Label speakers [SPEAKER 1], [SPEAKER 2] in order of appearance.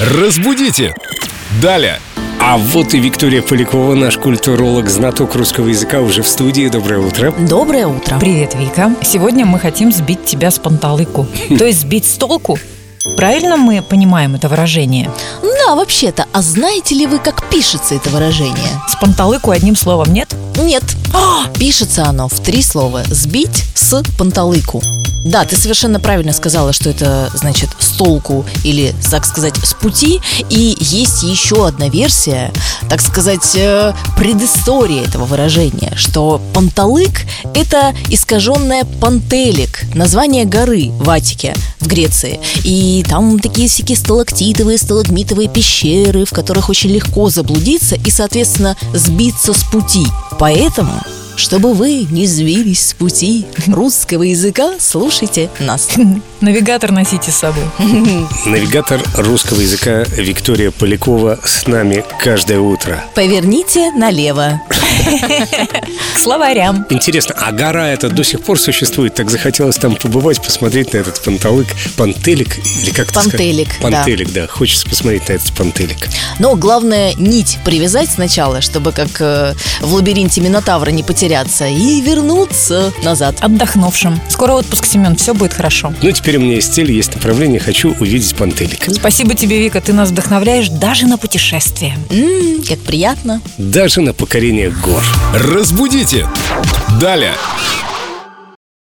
[SPEAKER 1] Разбудите! Далее! А вот и Виктория Полякова, наш культуролог, знаток русского языка, уже в студии. Доброе утро.
[SPEAKER 2] Доброе утро.
[SPEAKER 3] Привет, Вика. Сегодня мы хотим сбить тебя с панталыку. То есть сбить с толку? Правильно мы понимаем это выражение?
[SPEAKER 2] Да, вообще-то, а знаете ли вы, как пишется это выражение?
[SPEAKER 3] С панталыку одним словом нет?
[SPEAKER 2] Нет. А, Пишется оно в три слова. Сбить с панталыку. Да, ты совершенно правильно сказала, что это значит с толку или, так сказать, с пути. И есть еще одна версия, так сказать, э, предыстория этого выражения, что панталык – это искаженное пантелик, название горы в Атике, в Греции. И там такие всякие сталактитовые, сталагмитовые пещеры, в которых очень легко заблудиться и, соответственно, сбиться с пути. Поэтому чтобы вы не сбились с пути русского языка, слушайте нас.
[SPEAKER 3] Навигатор носите с собой.
[SPEAKER 1] Навигатор русского языка Виктория Полякова с нами каждое утро.
[SPEAKER 2] Поверните налево.
[SPEAKER 3] К словарям.
[SPEAKER 1] Интересно, а гора эта до сих пор существует? Так захотелось там побывать, посмотреть на этот панталык, пантелик или как это сказать?
[SPEAKER 2] Пантелик, да.
[SPEAKER 1] Пантелик, да. Хочется посмотреть на этот пантелик.
[SPEAKER 2] Но главное нить привязать сначала, чтобы как э, в лабиринте Минотавра не потеряться и вернуться назад.
[SPEAKER 3] Отдохнувшим. Скоро отпуск, Семен, все будет хорошо.
[SPEAKER 1] Ну, теперь у меня есть цель, есть направление, хочу увидеть пантелик.
[SPEAKER 3] Спасибо тебе, Вика, ты нас вдохновляешь даже на путешествие.
[SPEAKER 2] М, как приятно.
[SPEAKER 1] Даже на покорение гор. Разбудите! Далее!